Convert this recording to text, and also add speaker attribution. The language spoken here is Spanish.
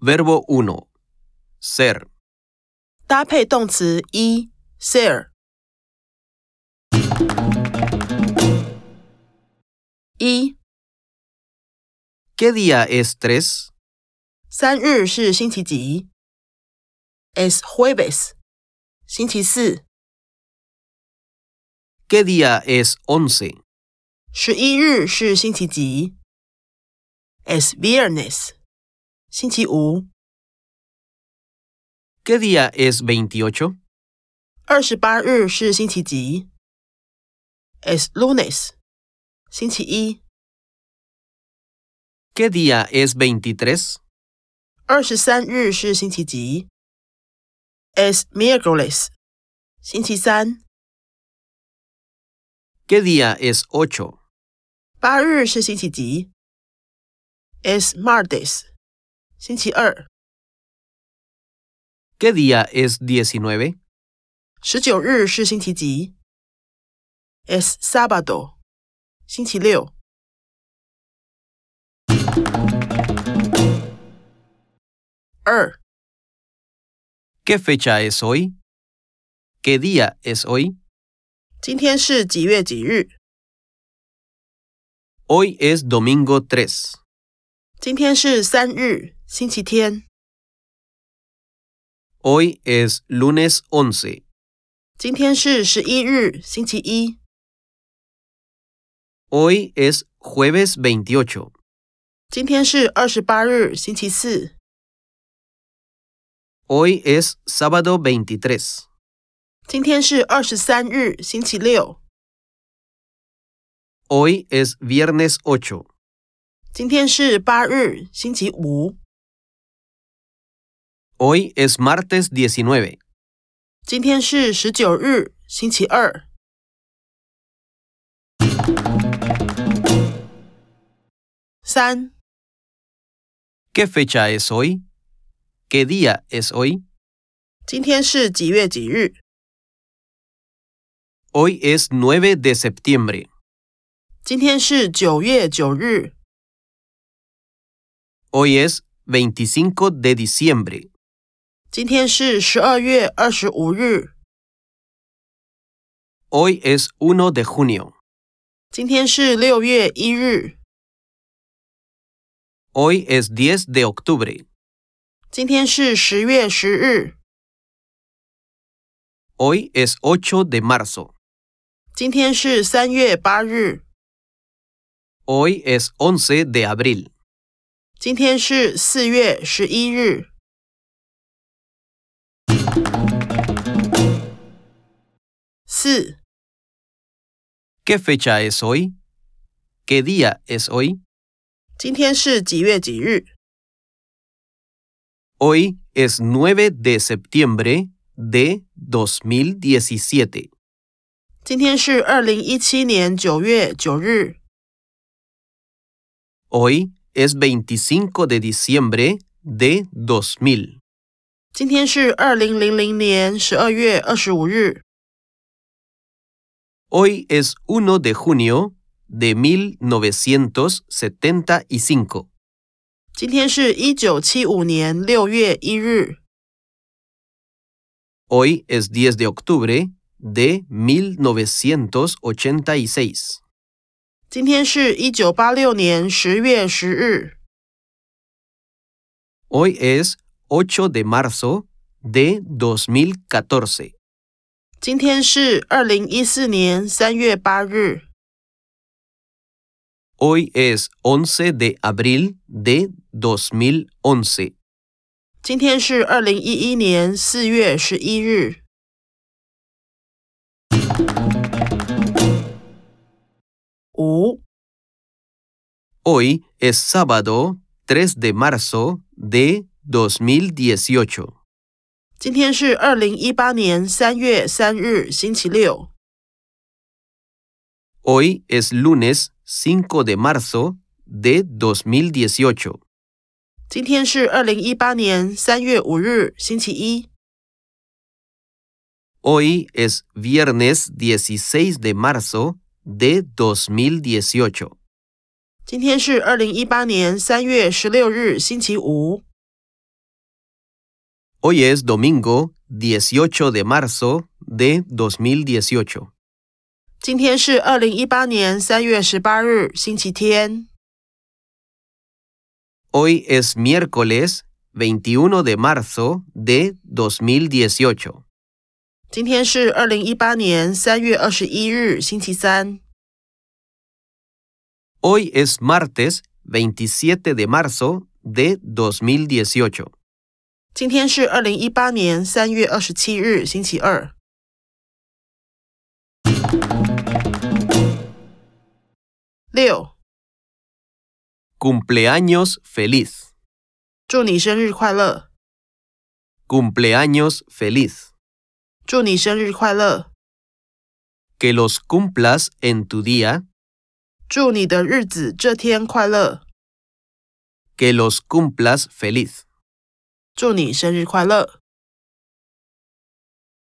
Speaker 1: Verbo 1. Ser.
Speaker 2: 搭配动词一 ser。一
Speaker 1: ¿Qué día es 3?
Speaker 2: 三日是星期几？Es jueves，星期四。
Speaker 1: ¿Qué día es 11?
Speaker 2: 十一日是星期几？Es viernes，星期五。
Speaker 1: ¿Qué día es 28?
Speaker 2: 二十八日是星期几？Es lunes，星期一。
Speaker 1: ¿Qué día es 23?
Speaker 2: 二十三日是星期几？Es miércoles，星期三。
Speaker 1: ¿Qué día es 8?
Speaker 2: 八日是星期几？Es martes，星期二。
Speaker 1: ¿Qué día es 19?
Speaker 2: 十九日是星期几？Es sábado，星期六。二
Speaker 1: ¿Qué fecha es hoy? ¿Qué día es hoy?
Speaker 2: 今天是几月几日？
Speaker 1: Hoy es domingo 3.
Speaker 2: 今天是三日，星期天。
Speaker 1: Hoy es lunes 11.
Speaker 2: 今天是十一日，星期一。
Speaker 1: Hoy es jueves 28.
Speaker 2: 今天是二十八日，星期四。
Speaker 1: Hoy es sábado 23.
Speaker 2: 今天是二十三日，星期六。
Speaker 1: Hoy es viernes 8.
Speaker 2: 今天是八日，星期五。
Speaker 1: Hoy es martes 19.
Speaker 2: 今天是十九日，星期二。三
Speaker 1: ¿Qué fecha es hoy? ¿Qué día es hoy?
Speaker 2: 今天是几月几日？
Speaker 1: Hoy es 9 de septiembre.
Speaker 2: 今天是九月九日。
Speaker 1: Hoy es 25 de diciembre.
Speaker 2: 今天是十二月二十五日。
Speaker 1: Hoy es 1 de junio.
Speaker 2: 今天是六月一日。
Speaker 1: Hoy es 10 de octubre.
Speaker 2: 今天是十月十日。
Speaker 1: Hoy es 8 de marzo.
Speaker 2: 今天是三月八日。
Speaker 1: Hoy es 11 de abril.
Speaker 2: 今天是四月十一日。四
Speaker 1: ¿Qué fecha es hoy? ¿Qué día es hoy?
Speaker 2: 今天是几月几日？
Speaker 1: Hoy es 9 de septiembre de 2017.
Speaker 2: 今天是二零一七年九月九日。
Speaker 1: Hoy es 25 de diciembre de 2000.
Speaker 2: 今天是二零零零年十二月二十五日。
Speaker 1: Hoy es 1 de junio de 1975.
Speaker 2: 今天是一九七五年六月一日。
Speaker 1: Hoy es 10 de octubre de 1986.
Speaker 2: 今天是一九八六年十月十日。
Speaker 1: Hoy es 8 de marzo de 2014.
Speaker 2: 今天是二零一四年三月八日。
Speaker 1: Hoy es 11 de abril de 2011.
Speaker 2: 今天是二零一一年四月十一日。五
Speaker 1: Hoy es sábado 3 de marzo de 2018.
Speaker 2: 今天是二零一八年三月三日，星期六。
Speaker 1: Hoy es lunes 5 de marzo de 2018.
Speaker 2: 今天是二零一八年三月五日，星期一。
Speaker 1: Hoy es viernes 16 de marzo de 2018.
Speaker 2: 今天是二零一八年三月十六日，星期五。
Speaker 1: Hoy es domingo 18 de marzo de 2018.
Speaker 2: 今天是二零一八年三月十八日，星期天。
Speaker 1: Hoy es miércoles 21 de marzo de 2018.
Speaker 2: 今天是二零一八年三月二十一日，星期三。
Speaker 1: Hoy es martes 27 de marzo de 2018.
Speaker 2: 今天是二零一八年三月二十七日，星期二。六，
Speaker 1: Cumpleaños feliz.
Speaker 2: 祝你生日快乐！
Speaker 1: Cumpleaños feliz.
Speaker 2: 祝你生日快乐！
Speaker 1: Que los cumplas en tu día.
Speaker 2: 祝你的日子这天快乐！
Speaker 1: Que los cumplas feliz.
Speaker 2: 祝你生日快乐！